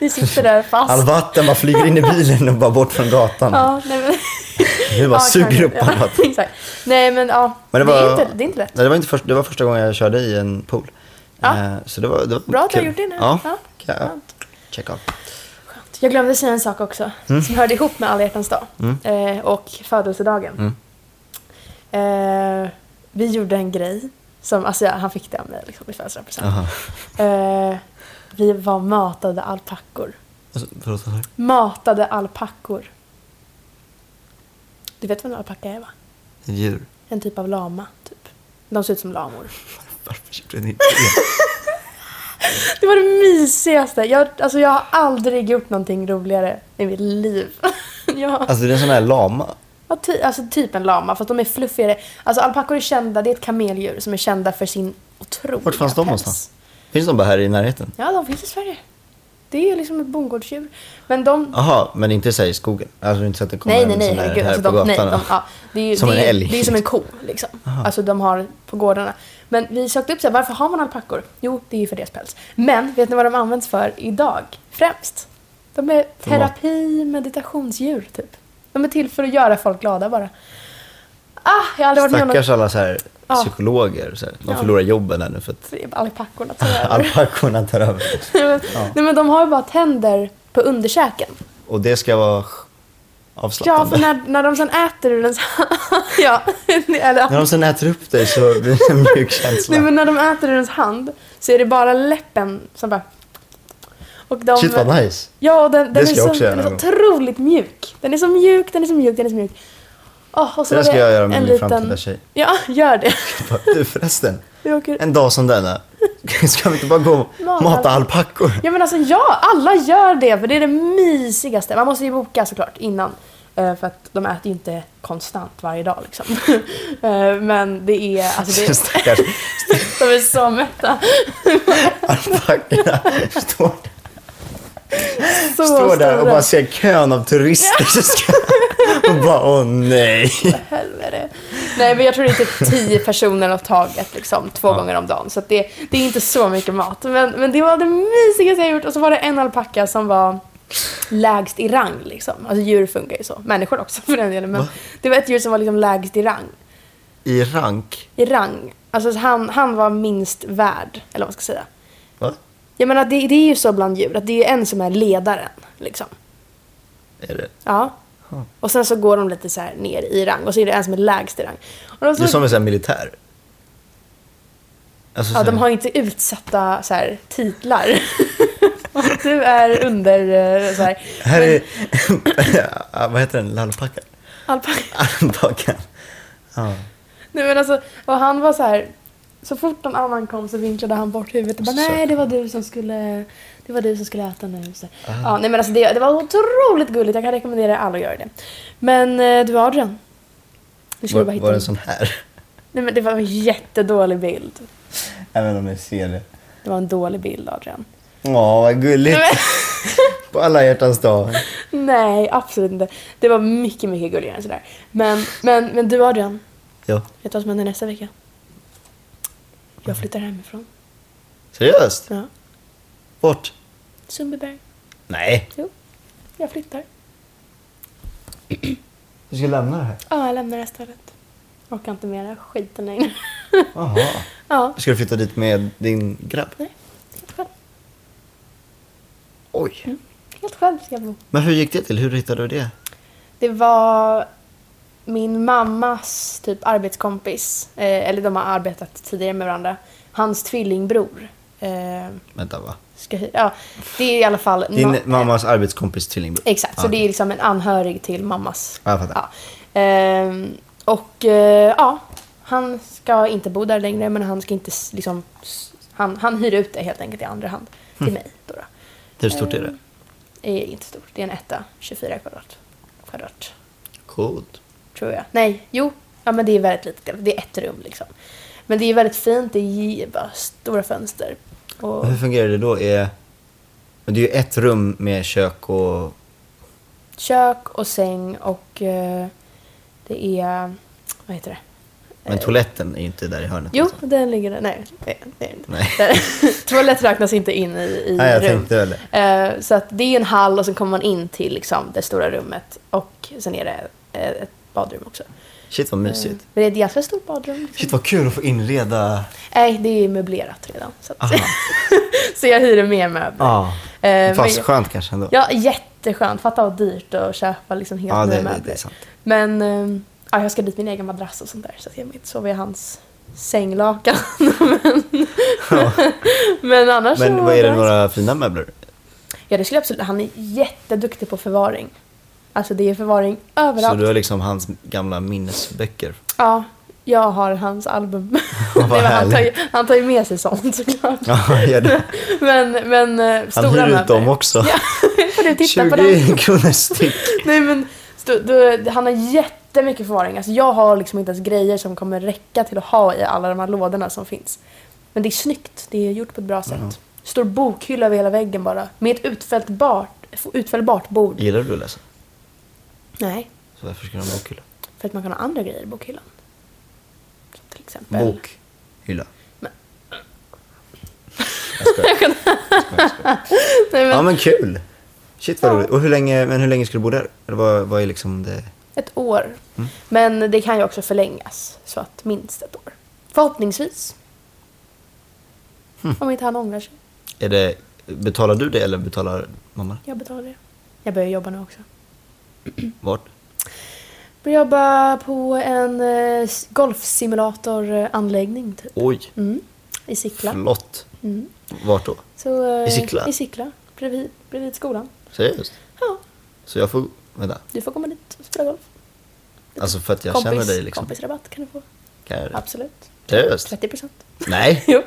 Speaker 2: Ni sitter där fast.
Speaker 1: All vatten bara flyger in i bilen och bara bort från gatan.
Speaker 2: Alltså- Ja, nej,
Speaker 1: [laughs]
Speaker 2: men...
Speaker 1: Vi bara
Speaker 2: Ja,
Speaker 1: suger
Speaker 2: kanske.
Speaker 1: upp all vatten.
Speaker 2: ja, [laughs] exakt. Nej men ja,
Speaker 1: Men
Speaker 2: det, är inte, det är inte lätt.
Speaker 1: Nej, det, var inte först, det var första gången jag körde i en pool.
Speaker 2: Ja.
Speaker 1: Eh, så det var, det var
Speaker 2: Bra att du har
Speaker 1: kul.
Speaker 2: gjort det nu.
Speaker 1: Ja,
Speaker 2: Ja,
Speaker 1: ja.
Speaker 2: skönt.
Speaker 1: check out.
Speaker 2: Jag glömde säga en sak också
Speaker 1: Mm.
Speaker 2: som hörde ihop med alla hjärtans dag eh, och födelsedagen.
Speaker 1: Mm.
Speaker 2: Eh, vi gjorde en grej som, alltså ja, han fick det av mig liksom, i födelsedagspresent.
Speaker 1: Aha.
Speaker 2: Eh, vi var matade alpackor.
Speaker 1: Alltså, förlåt, vad sa du?
Speaker 2: Matade alpackor. Du vet vad en alpacka är va?
Speaker 1: Ett djur.
Speaker 2: En typ av lama typ. De ser ut som lamor.
Speaker 1: Varför gjorde ni det?
Speaker 2: Det var det mysigaste. Jag, alltså, jag har aldrig gjort någonting roligare i mitt liv. [laughs] Jag,
Speaker 1: Alltså det är en sån här lama.
Speaker 2: ja, ty, alltså typ en lama, fast de är fluffigare. Alltså alpackor är kända, det är ett kameldjur som är kända för sin otroliga
Speaker 1: Vart fanns de
Speaker 2: päls.
Speaker 1: någonstans? Finns de bara här i närheten?
Speaker 2: Ja, de finns i Sverige. Det är liksom ett bondgårdsdjur. Men de...
Speaker 1: Jaha, men inte så här i skogen? Alltså inte så att det kommer
Speaker 2: nej,
Speaker 1: en
Speaker 2: nej, nej,
Speaker 1: sån här,
Speaker 2: herregud.
Speaker 1: här
Speaker 2: Alltså,
Speaker 1: på
Speaker 2: de, nej,
Speaker 1: gatan?
Speaker 2: de, ja, det är ju
Speaker 1: Som
Speaker 2: det är,
Speaker 1: en
Speaker 2: ju-
Speaker 1: älg.
Speaker 2: Det är ju som en ko, liksom. Alltså de har på gårdarna. Men vi sökte upp så här, varför har man alpackor? Jo, det är ju för deras päls. Men vet ni vad de används för idag? Främst. De är
Speaker 1: mat.
Speaker 2: terapi, meditationsdjur, typ. De är till för att göra folk glada bara. Ah, jag har aldrig varit med om
Speaker 1: Stackars
Speaker 2: något.
Speaker 1: alla så här
Speaker 2: Ja.
Speaker 1: psykologer. Så här. De
Speaker 2: Ja.
Speaker 1: förlorar jobben här nu för att
Speaker 2: Alpackorna
Speaker 1: [laughs]
Speaker 2: tar över.
Speaker 1: alpackorna tar över.
Speaker 2: Nej, men de har ju bara tänder på underkäken.
Speaker 1: Och det ska vara avslappnande.
Speaker 2: Ja, för när, när de sen äter ur den så... [laughs] ja, eller...
Speaker 1: När de sen äter upp dig så [laughs] blir det en mjuk känsla.
Speaker 2: Nej, men när de äter ur ens hand så är det bara läppen som bara... Och de...
Speaker 1: Shit vad nice.
Speaker 2: Ja, och den, den,
Speaker 1: Det
Speaker 2: är
Speaker 1: ska jag
Speaker 2: så,
Speaker 1: också göra
Speaker 2: den är så
Speaker 1: någon gång.
Speaker 2: otroligt mjuk. Den är så mjuk, den är så mjuk, den är så mjuk. Oh, och så
Speaker 1: Det där
Speaker 2: var
Speaker 1: ska jag göra med
Speaker 2: en
Speaker 1: min framtida tjej.
Speaker 2: Ja, [laughs] gör det.
Speaker 1: Bara, Du förresten,
Speaker 2: Vi åker...
Speaker 1: en dag som denna, [laughs] ska vi inte bara gå och
Speaker 2: Mata
Speaker 1: mata alpackor?
Speaker 2: Ja, men alltså ja, alla gör det för det är det mysigaste. Man måste ju boka såklart innan. eh, För att de äter ju inte konstant varje dag liksom. [laughs] Eh, Men det är... Alltså,
Speaker 1: [laughs]
Speaker 2: det,
Speaker 1: Stackars
Speaker 2: de är så mätta.
Speaker 1: alpackorna står,
Speaker 2: Så
Speaker 1: står där
Speaker 2: stora.
Speaker 1: och bara ser kön av turister
Speaker 2: [laughs]
Speaker 1: som ska, och bara åh nej.
Speaker 2: Helvete. Nej, men jag tror det är typ tio personer åt taget, liksom, två gånger om dagen. Så att det, det är inte så mycket mat. Men, men det var det mysigaste jag gjort. Och så var det en alpacka som var lägst i rang. Liksom. Alltså djur funkar ju så. Människor också för den delen. Men
Speaker 1: Va?
Speaker 2: det var ett djur som var liksom lägst i rang.
Speaker 1: I rank,
Speaker 2: I rang. Alltså så han, han var minst värd, eller vad man ska säga.
Speaker 1: va?
Speaker 2: Jag menar, det, det är ju så bland djur, att det är ju en som är ledaren. Liksom.
Speaker 1: Är det?
Speaker 2: Ja. Och sen så går de lite så här ner i rang och så är det en som är lägst i rang. Och de
Speaker 1: Du är som en sån här militär. Alltså,
Speaker 2: Ja,
Speaker 1: så här-
Speaker 2: de har inte utsatta så här, titlar. [laughs] Och du är under... eh, Så här.
Speaker 1: Här är, [laughs] Ja, vad heter den, lalpackan?
Speaker 2: Alpac-
Speaker 1: Alpackan. Ja.
Speaker 2: Nej, men alltså, och han var så här... Så fort någon annan kom så vinklade han bort huvudet och bara
Speaker 1: Så-
Speaker 2: nej, det var du som skulle, det var du som skulle äta nu. Så.
Speaker 1: Ah.
Speaker 2: Ja, nej, men alltså, det, det var otroligt gulligt. Jag kan rekommendera alla att göra det. Men eh, du, Adrian. Du skulle
Speaker 1: Var,
Speaker 2: bara hitta
Speaker 1: var det
Speaker 2: en-
Speaker 1: en sån här?
Speaker 2: Nej, men det var en jättedålig bild.
Speaker 1: Även om jag ser det.
Speaker 2: Det var en dålig bild, Adrian.
Speaker 1: Åh, vad gulligt. På alla hjärtans dag.
Speaker 2: Nej, absolut inte. Det var mycket, mycket gulligare än sådär. Men, men, men du Adrian,
Speaker 1: Ja.
Speaker 2: vet du vad som händer nästa vecka? Jag flyttar hemifrån.
Speaker 1: Seriöst?
Speaker 2: Ja.
Speaker 1: Bort?
Speaker 2: Sundbyberg.
Speaker 1: Nej.
Speaker 2: Jo, jag flyttar.
Speaker 1: Du ska lämna det här?
Speaker 2: Ja, jag lämnar det här stället. Orkar inte med den här skiten längre.
Speaker 1: Jaha.
Speaker 2: [laughs] ja,
Speaker 1: Ska du flytta dit med din grabb?
Speaker 2: nej. Helt själv.
Speaker 1: Oj.
Speaker 2: Helt själv ska jag bo.
Speaker 1: Men hur gick det till? Hur hittade du det?
Speaker 2: Det var min mammas typ arbetskompis, eh, eller de har arbetat tidigare med varandra, hans tvillingbror. Eh,
Speaker 1: Vänta, va?
Speaker 2: ska, hy- ja, det är i alla fall...
Speaker 1: Din
Speaker 2: nå-
Speaker 1: mammas arbetskompis tvillingbror?
Speaker 2: Exakt, så
Speaker 1: Ah,
Speaker 2: det är
Speaker 1: okej.
Speaker 2: liksom en anhörig till mammas.
Speaker 1: Ja, jag fattar.
Speaker 2: Ehm, och eh, ja, han ska inte bo där längre men han ska inte s- liksom... s- Han, han hyr ut det helt enkelt i andra hand
Speaker 1: Mm.
Speaker 2: till mig. Då då.
Speaker 1: Hur stort är det?
Speaker 2: Det är inte stort, det är en etta, 24 kvadrat. kvadrat Eh.
Speaker 1: Coolt.
Speaker 2: tror jag. Nej, jo. Ja, men det är väldigt litet. Det är ett rum liksom. Men det är väldigt fint, det är bara stora fönster. Och,
Speaker 1: Men Hur fungerar det då? Är... Men det är ju ett rum med kök och...
Speaker 2: kök och säng och eh, det är, vad heter det?
Speaker 1: Men toaletten är ju inte där i hörnet.
Speaker 2: Jo,
Speaker 1: alltså.
Speaker 2: den ligger där. Nej, nej, nej.
Speaker 1: Nej.
Speaker 2: Där. [laughs] Toalett räknas inte in i, i
Speaker 1: Nej, jag
Speaker 2: rum.
Speaker 1: tänkte väl det.
Speaker 2: Eh, så att det är en hall och sen kommer man in till liksom, det stora rummet och sen är det eh, ett badrum också. Eh,
Speaker 1: Shit vad
Speaker 2: Men
Speaker 1: mysigt.
Speaker 2: det är ett ganska stort badrum. Liksom.
Speaker 1: Eh. Shit vad kul att få inreda.
Speaker 2: Nej, det är möblerat redan. Så, att, [laughs]
Speaker 1: Aha.
Speaker 2: så jag hyr mer möbler.
Speaker 1: [laughs] Ja.
Speaker 2: Eh,
Speaker 1: Fast
Speaker 2: men-
Speaker 1: skönt kanske ändå.
Speaker 2: Ja, jätteskönt. Fatta vad dyrt att köpa liksom helt
Speaker 1: Ja, det- det-
Speaker 2: nya
Speaker 1: det är
Speaker 2: möbler.
Speaker 1: sant.
Speaker 2: Men eh, ja, jag ska dit min egen madrass och sånt där så att jag vill inte sova i hans sänglakan. [laughs] men, [laughs] men annars
Speaker 1: Men
Speaker 2: så
Speaker 1: vad är det
Speaker 2: nice.
Speaker 1: några fina möbler?
Speaker 2: Ja, det skulle jag absolut. Han är jätteduktig på förvaring. Alltså det är förvaring överallt.
Speaker 1: Så du har liksom hans gamla minnesböcker?
Speaker 2: Ja, Jag har
Speaker 1: [laughs]
Speaker 2: hans album. [laughs]
Speaker 1: Vad
Speaker 2: Nej, men han, tar ju,
Speaker 1: härligt.
Speaker 2: han tar ju med sig sånt såklart.
Speaker 1: [laughs] Ja, gör det.
Speaker 2: Men, men eh,
Speaker 1: Han
Speaker 2: stora
Speaker 1: hyr ut
Speaker 2: möbler.
Speaker 1: dem också.
Speaker 2: Ja, [laughs] får du titta på dem.
Speaker 1: 20 kronor styck. [laughs]
Speaker 2: Nej men, st- du, han har jättemycket förvaring. Alltså jag har liksom inte ens grejer som kommer räcka till att ha i alla de här lådorna som finns. Men det är snyggt, det är gjort på ett bra sätt. Stor bokhylla över hela väggen bara. Med ett utfällbart, utfällbart bord.
Speaker 1: Gillar du att läsa?
Speaker 2: Nej,
Speaker 1: Så varför ska du ha en bokhylla?
Speaker 2: för att man kan ha andra grejer i bokhyllan. Som till exempel...
Speaker 1: Bokhylla.
Speaker 2: [laughs] Nej, men,
Speaker 1: Ja men kul. Shit vad
Speaker 2: Ja.
Speaker 1: roligt. Och hur länge, men hur länge ska du bo där? Eller vad, vad är liksom det?
Speaker 2: Ett år. Men det kan ju också förlängas. Så att minst ett år. Förhoppningsvis. Om inte han ångrar sig.
Speaker 1: Är det, betalar du det eller betalar mamma?
Speaker 2: Jag betalar det. Jag börjar jobba nu också.
Speaker 1: Vart?
Speaker 2: började jobba på en eh, s- golfsimulatoranläggning typ.
Speaker 1: Oj,
Speaker 2: Mm. I Sickla. Mm.
Speaker 1: flott. Vart då?
Speaker 2: Så, eh,
Speaker 1: I Sickla?
Speaker 2: I Sickla, bredvid, bredvid skolan.
Speaker 1: Seriöst?
Speaker 2: Ja,
Speaker 1: Så jag får, vänta.
Speaker 2: du får komma dit och spela golf.
Speaker 1: Alltså för att jag
Speaker 2: kompis,
Speaker 1: känner dig liksom.
Speaker 2: Kompisrabatt kan du få.
Speaker 1: Kan jag det?
Speaker 2: Absolut.
Speaker 1: Seriöst?
Speaker 2: 30 procent. [laughs]
Speaker 1: Nej,
Speaker 2: Jo.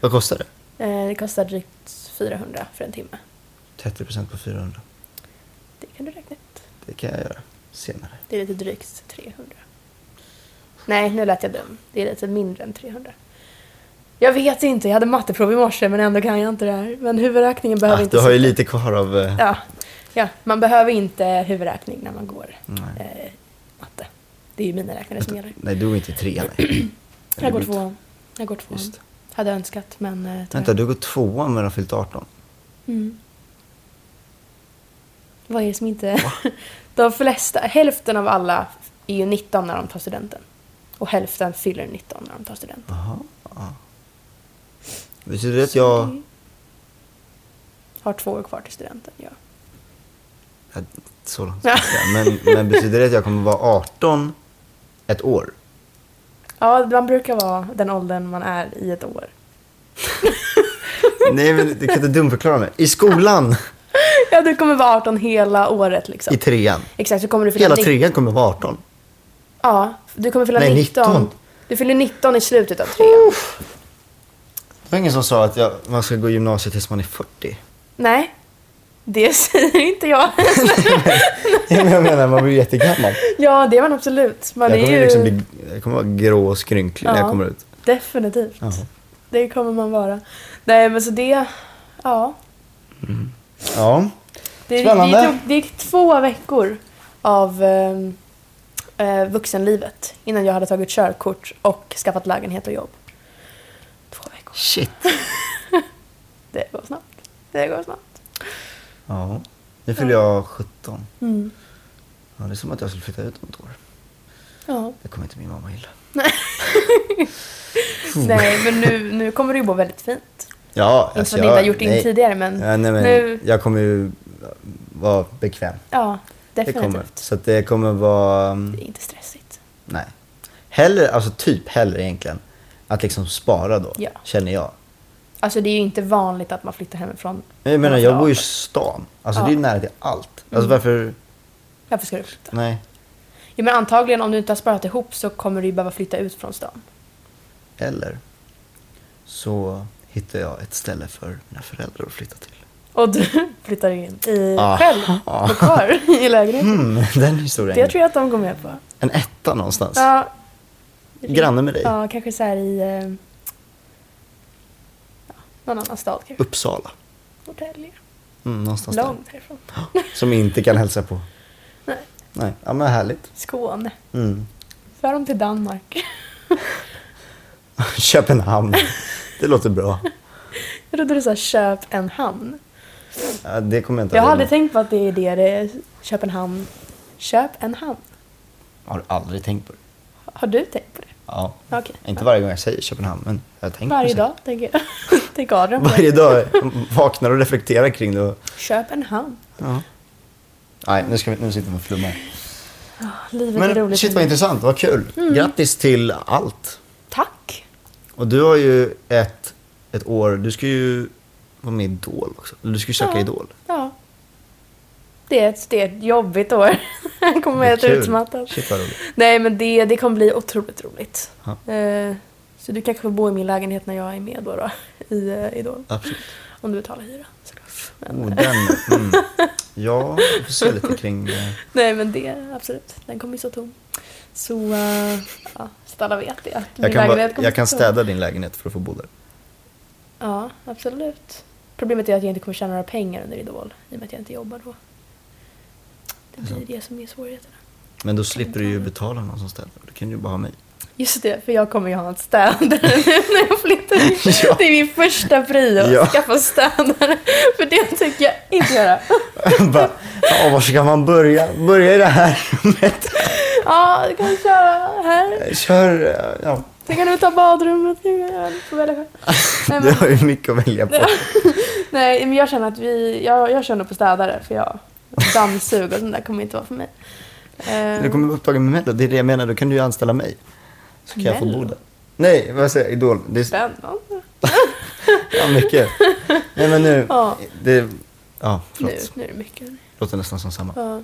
Speaker 1: vad kostar det?
Speaker 2: Eh, det kostar drygt 400 för en timme.
Speaker 1: 30% på 400.
Speaker 2: Det kan du räkna ut.
Speaker 1: Det kan jag göra senare.
Speaker 2: Det är lite drygt 300. Nej, nu lät jag dum. Det är lite mindre än 300. Jag vet inte, jag hade matteprov i morse men ändå kan jag inte det här. Men huvudräkningen behöver
Speaker 1: Ah,
Speaker 2: inte
Speaker 1: du har ju
Speaker 2: sitta.
Speaker 1: lite kvar av... eh,
Speaker 2: Ja, ja, man behöver inte huvudräkning när man går
Speaker 1: Nej.
Speaker 2: eh, matte. Det är ju mina räknare som gäller.
Speaker 1: Nej, du är inte tre.
Speaker 2: [clears throat]
Speaker 1: Nej.
Speaker 2: Jag går tvåan. Jag går tvåan.
Speaker 1: Just.
Speaker 2: Hade önskat men... eh, tyvärr.
Speaker 1: Vänta, du går tvåan men har fyllt 18?
Speaker 2: Mm. Vad är det som inte... [laughs] De flesta, hälften av alla är ju 19 när de tar studenten. Och hälften fyller 19 när de tar studenten.
Speaker 1: Jaha. ja. Betyder det att jag...
Speaker 2: Har två år kvar till studenten, ja.
Speaker 1: Ja, Så långt ska jag säga. men, men betyder det att jag kommer vara 18 ett år?
Speaker 2: Ja, man brukar vara den åldern man är i ett år. [laughs]
Speaker 1: Nej, men du kan inte dumförklara mig. I skolan,
Speaker 2: Ja, du kommer vara 18 hela året liksom.
Speaker 1: i trean.
Speaker 2: Exakt, så kommer du fylla
Speaker 1: Hela
Speaker 2: 19
Speaker 1: trean kommer vara 18.
Speaker 2: Ja, du kommer fylla
Speaker 1: Nej,
Speaker 2: 19.
Speaker 1: 19.
Speaker 2: Du fyller 19 i slutet av tre.
Speaker 1: Det var ingen som sa att jag, man ska gå gymnasiet tills man är [laughs] 40.
Speaker 2: Nej, det [laughs] säger
Speaker 1: [laughs]
Speaker 2: inte jag.
Speaker 1: Ja, men Jag menar, man blir ju jättegammal.
Speaker 2: ja, det var man absolut. Man
Speaker 1: Jag
Speaker 2: är
Speaker 1: kommer,
Speaker 2: ju...
Speaker 1: ju liksom bli, jag kommer vara grå och skrynklig när jag
Speaker 2: Ja.
Speaker 1: kommer ut.
Speaker 2: Definitivt.
Speaker 1: Ja.
Speaker 2: Det kommer man vara. Nej, men så det... Ja.
Speaker 1: Ja.
Speaker 2: Det,
Speaker 1: Spännande.
Speaker 2: Det, tog, det gick två veckor av eh, eh, vuxenlivet innan jag hade tagit körkort och skaffat lägenhet och jobb. Två veckor.
Speaker 1: Shit.
Speaker 2: Det går snabbt. Det går snabbt.
Speaker 1: Ja. Nu fyller jag 17.
Speaker 2: Mm.
Speaker 1: Ja, det är som att jag skulle flytta ut om ett år.
Speaker 2: Ja.
Speaker 1: Det kommer inte min mamma gilla.
Speaker 2: Nej, men nu, nu kommer du ju bo väldigt fint.
Speaker 1: Ja,
Speaker 2: Inte för att ni inte har gjort det in tidigare, men,
Speaker 1: Alltså, Ja, nej, men
Speaker 2: nu...
Speaker 1: Jag kommer ju vara bekväm.
Speaker 2: Ja,
Speaker 1: Det
Speaker 2: definitivt.
Speaker 1: kommer. Så att det kommer vara... mm,
Speaker 2: Det är inte stressigt.
Speaker 1: Nej. Hellre, alltså typ hellre egentligen, att liksom spara då,
Speaker 2: Ja.
Speaker 1: känner jag.
Speaker 2: Alltså det är ju inte vanligt att man flyttar hemifrån.
Speaker 1: Men jag menar,
Speaker 2: Man
Speaker 1: jag
Speaker 2: får
Speaker 1: bor ju i
Speaker 2: av.
Speaker 1: stan. Alltså
Speaker 2: Ja. Mm.
Speaker 1: det är ju nära till allt. Alltså varför...
Speaker 2: Varför ska du flytta?
Speaker 1: Nej.
Speaker 2: Ja, men antagligen om du inte har sparat ihop så kommer du ju behöva flytta ut från stan.
Speaker 1: Eller så hittar jag ett ställe för mina föräldrar att flytta till.
Speaker 2: Och du [laughs] flyttar in i
Speaker 1: Ah.
Speaker 2: själv och kvar i lägenheten.
Speaker 1: Mm, [laughs] den historien.
Speaker 2: Det tror jag att de går med på.
Speaker 1: En etta någonstans.
Speaker 2: Ja,
Speaker 1: Alltså, Granne med dig.
Speaker 2: ja kanske så här i eh, ja, någon annan stad kanske.
Speaker 1: Uppsala.
Speaker 2: Norrtälje.
Speaker 1: Mm, någonstans där.
Speaker 2: Långt härifrån.
Speaker 1: [gasps] Som inte kan hälsa på.
Speaker 2: Nej.
Speaker 1: Nej. Ja men härligt.
Speaker 2: Skåne.
Speaker 1: Mm. [laughs]
Speaker 2: För dem till Danmark. [laughs]
Speaker 1: Köpenhamn. Det låter bra.
Speaker 2: Jag trodde du sa köp en hamn.
Speaker 1: Ja, det kommer jag inte
Speaker 2: Jag har
Speaker 1: ihåg.
Speaker 2: aldrig tänkt på att det är det det är. Köpenhamn. Köp en hamn.
Speaker 1: Har du aldrig tänkt på det?
Speaker 2: Har du tänkt på det?
Speaker 1: Ja.
Speaker 2: Okej.
Speaker 1: Inte varje gång jag säger Köpenhamn, men jag har tänkt på
Speaker 2: Varje
Speaker 1: det.
Speaker 2: dag tänker jag. [laughs] Tänk Adrian
Speaker 1: [laughs]
Speaker 2: på
Speaker 1: Varje
Speaker 2: det.
Speaker 1: dag vaknar och reflekterar kring det. Och,
Speaker 2: Köp en hamn.
Speaker 1: ja. Nej, nu, ska vi, nu sitter vi och flummar.
Speaker 2: Livet är
Speaker 1: Men
Speaker 2: roligt. Mm.
Speaker 1: shit vad intressant, vad kul. Grattis till allt.
Speaker 2: Tack!
Speaker 1: Och du har ju ett, ett år, du ska ju vara med i Idol också. Eller du ska ju söka
Speaker 2: Ja.
Speaker 1: Idol.
Speaker 2: Ja. Det är ett, det är ett jobbigt år. [laughs] Han kommer med ett
Speaker 1: Kul.
Speaker 2: utmattat.
Speaker 1: Shit vad roligt.
Speaker 2: Nej, men det, det kommer bli otroligt roligt.
Speaker 1: Ja.
Speaker 2: Eh, så du kanske får bo i min lägenhet när jag är med då, [laughs] då i eh, Idol.
Speaker 1: Absolut.
Speaker 2: Om du betalar hyra såklart. Men,
Speaker 1: Oh, den. Mm. Ja, vi får se lite kring... eh,
Speaker 2: Nej, men det absolut. Den kommer ju så tom. Så, eh, ja, så att alla vet det. att min
Speaker 1: Jag kan, bara,
Speaker 2: lägenhet kommer
Speaker 1: jag kan
Speaker 2: stå tom.
Speaker 1: städa din lägenhet för att få bo där.
Speaker 2: Ja, absolut. Problemet är att jag inte kommer tjäna några pengar under Idol i och med att jag inte jobbar då. Det blir det som är svårigheten.
Speaker 1: Men då slipper du ju betala någon som städar. Du kan ju bara ha mig.
Speaker 2: Just det, för jag kommer ju ha en städare [laughs] när jag flyttar hit.
Speaker 1: [laughs] Ja.
Speaker 2: Det är min första prio, att
Speaker 1: Ja.
Speaker 2: skaffa städare. För det tänker jag inte göra.
Speaker 1: [laughs] bara, ja, var ska man börja? Börja i det här rummet.
Speaker 2: Ja, du kan köra här.
Speaker 1: Kör, eh, ja.
Speaker 2: Sen kan du ta badrummet. Du får välja själv. Nej,
Speaker 1: Du
Speaker 2: men,
Speaker 1: har ju mycket att välja på.
Speaker 2: nej, men jag känner att vi... Jag, jag kör nog på städare, för jag dammsug och sånt där kommer inte vara för mig. Eh,
Speaker 1: Du kommer vara upptagen med Mello. Det är det jag menar. Då kan du ju anställa mig. Så kan jag få bo
Speaker 2: Mello?
Speaker 1: där. Nej, vad säger jag? Idol. Det är
Speaker 2: Spännande.
Speaker 1: ja, mycket. Nej, men nu.
Speaker 2: [laughs] Ja.
Speaker 1: Det, ja,
Speaker 2: Nu,
Speaker 1: förlåt.
Speaker 2: nu är det mycket.
Speaker 1: Låter nästan som samma.
Speaker 2: Ja,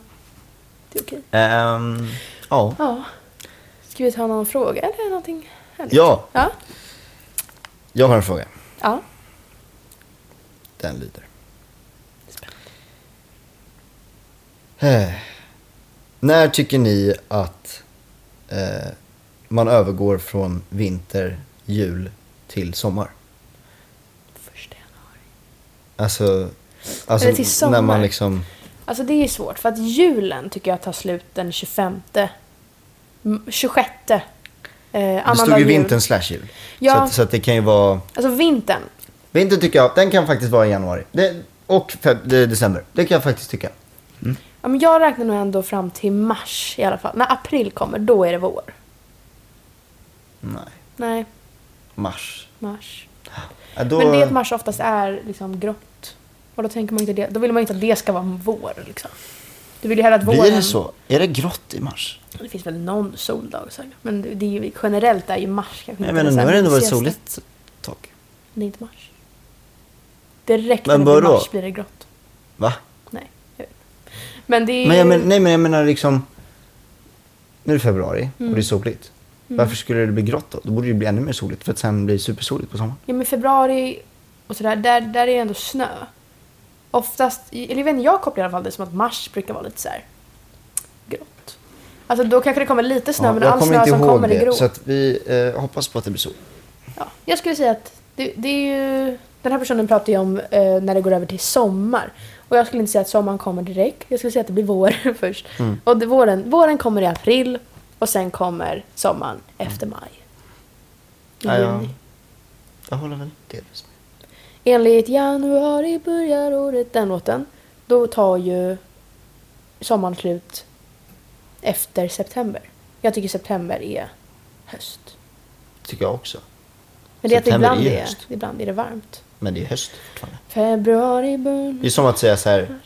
Speaker 2: det är okej.
Speaker 1: Ehm, ja.
Speaker 2: Ja. Ska vi ta någon fråga eller någonting? härligt?
Speaker 1: Ja,
Speaker 2: Ja.
Speaker 1: jag har en fråga.
Speaker 2: ja.
Speaker 1: Den lyder. Eh, när tycker ni att eh, man övergår från vinter, jul till sommar?
Speaker 2: Första januari.
Speaker 1: Alltså, alltså
Speaker 2: Eller till sommar.
Speaker 1: när man liksom...
Speaker 2: Alltså det är svårt för att julen tycker jag tar slut den 25. m- 26. Eh,
Speaker 1: Det
Speaker 2: annandag
Speaker 1: stod ju
Speaker 2: jul.
Speaker 1: vintern slash jul. Så,
Speaker 2: Ja.
Speaker 1: att, så att det kan ju vara...
Speaker 2: Alltså vintern.
Speaker 1: Vinter tycker jag, den kan faktiskt vara i januari. Det, och feb, det, december. Det kan jag faktiskt tycka.
Speaker 2: Ja, men jag räknar nog ändå fram till mars i alla fall. När april kommer, då är det vår.
Speaker 1: Nej,
Speaker 2: Nej,
Speaker 1: mars.
Speaker 2: mars.
Speaker 1: Ja, då,
Speaker 2: Men det är att mars oftast är liksom grått. Och då tänker man inte det. Då vill man inte att det ska vara vår liksom. Du vill ju hellre att våren...
Speaker 1: blir det så? Är det grått i mars?
Speaker 2: Det finns väl någon soldag säkert. Men det det är ju, generellt är ju mars kanske
Speaker 1: Jag menar,
Speaker 2: inte den
Speaker 1: nu
Speaker 2: så här
Speaker 1: har det ändå varit
Speaker 2: mysigaste.
Speaker 1: soligt ett tag.
Speaker 2: Men det är inte mars. Direkt
Speaker 1: Men
Speaker 2: när det blir
Speaker 1: vadå?
Speaker 2: mars blir det grått.
Speaker 1: Va?
Speaker 2: Nej, jag vet. Men det är
Speaker 1: Men jag
Speaker 2: ju-
Speaker 1: men, nej, men jag menar liksom... Nu är det februari
Speaker 2: Mm.
Speaker 1: och det är soligt. Varför skulle det bli grått då? Då borde det ju bli ännu mer soligt för att sen blir det supersoligt på sommaren.
Speaker 2: Ja, men februari och sådär, där, där är det ändå snö. Oftast, eller jag vet inte, jag kopplar i alla fall det som att mars brukar vara lite så här grått. Alltså då kanske det kommer lite snö, men all snö som kommer är grå.
Speaker 1: så att vi eh, hoppas på att det blir sol.
Speaker 2: Ja, jag skulle säga att det, det är ju... Den här personen pratar ju om eh, när det går över till sommar. Och jag skulle inte säga att sommaren kommer direkt. Jag skulle säga att det blir vår [laughs] först.
Speaker 1: Mm.
Speaker 2: Och det, våren, våren kommer i april och sen kommer sommaren efter maj. I
Speaker 1: Ja, ja.
Speaker 2: juni.
Speaker 1: Jag håller väl delvis med.
Speaker 2: Enligt januari börjar året, den låten. Då tar ju sommaren slut efter september. Jag tycker september är höst.
Speaker 1: Tycker jag också.
Speaker 2: Men det är att
Speaker 1: September
Speaker 2: ibland
Speaker 1: är ju
Speaker 2: är,
Speaker 1: höst.
Speaker 2: ibland är det varmt.
Speaker 1: Men det är höst fortfarande.
Speaker 2: Februari börjar...
Speaker 1: Det är som att säga så här,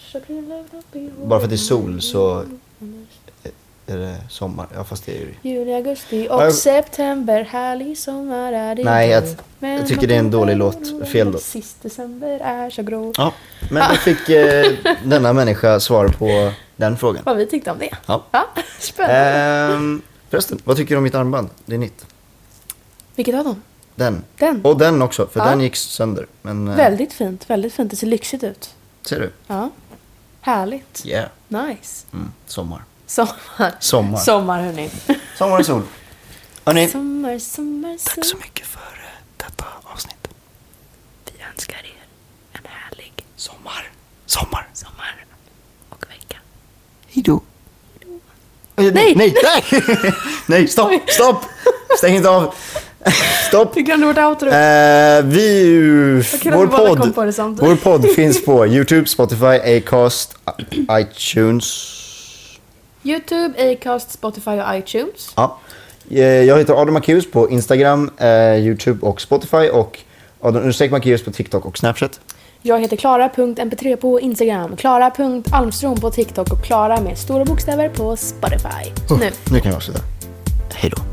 Speaker 1: bara för att det är sol så är det sommar. Ja, fast det är ju...
Speaker 2: Juli, augusti
Speaker 1: Ja,
Speaker 2: och
Speaker 1: jag-
Speaker 2: september. Härlig sommar är det
Speaker 1: Nej,
Speaker 2: då.
Speaker 1: jag-
Speaker 2: Men
Speaker 1: jag tycker det är en dålig låt. Fel låt.
Speaker 2: Sist december är så grå.
Speaker 1: Ja, men då fick eh, denna människa svar på den frågan.
Speaker 2: Vad vi tyckte om det.
Speaker 1: Ja.
Speaker 2: Ja, [laughs] spännande.
Speaker 1: Ehm, [laughs] förresten, vad tycker du om mitt armband? Det är nytt.
Speaker 2: Vilket av dem?
Speaker 1: Den.
Speaker 2: Den.
Speaker 1: Och den också, för
Speaker 2: Ja.
Speaker 1: den gick sönder. Men, eh,
Speaker 2: Väldigt fint, väldigt fint. Det ser lyxigt ut.
Speaker 1: Ser du?
Speaker 2: Ja. Härligt.
Speaker 1: Yeah.
Speaker 2: Nice.
Speaker 1: Mm, sommar.
Speaker 2: Sommar.
Speaker 1: Sommar.
Speaker 2: Sommar, hörni.
Speaker 1: Sommar och sol.
Speaker 2: Mm.
Speaker 1: Hörni,
Speaker 2: Sommar, sommar,
Speaker 1: tack så
Speaker 2: sommar.
Speaker 1: mycket för eh, detta avsnitt.
Speaker 2: Vi önskar er en härlig
Speaker 1: Sommar. Sommar.
Speaker 2: sommar och vecka.
Speaker 1: Hej då. Eh, Nej, nej,
Speaker 2: [laughs]
Speaker 1: nej! nej,
Speaker 2: Oj.
Speaker 1: stopp, stopp! Stäng inte
Speaker 2: [laughs]
Speaker 1: av. stopp.
Speaker 2: Vi glömde vårt outro.
Speaker 1: Eh, vi,
Speaker 2: kul att
Speaker 1: vår,
Speaker 2: vi båda kom
Speaker 1: podd,
Speaker 2: på det samtidigt.
Speaker 1: vår podd finns på YouTube, Spotify, Acast, I- iTunes.
Speaker 2: Youtube, Acast, Spotify och iTunes.
Speaker 1: Ja. Eh, Jag heter Adam Macéus på Instagram, eh, YouTube och Spotify och Adam understreck Macéus på TikTok och Snapchat.
Speaker 2: Jag heter klara.mp3 på Instagram, klara.almstrom på TikTok och klara med stora bokstäver på Spotify. Nu.
Speaker 1: Nu kan jag avsluta. Hej då.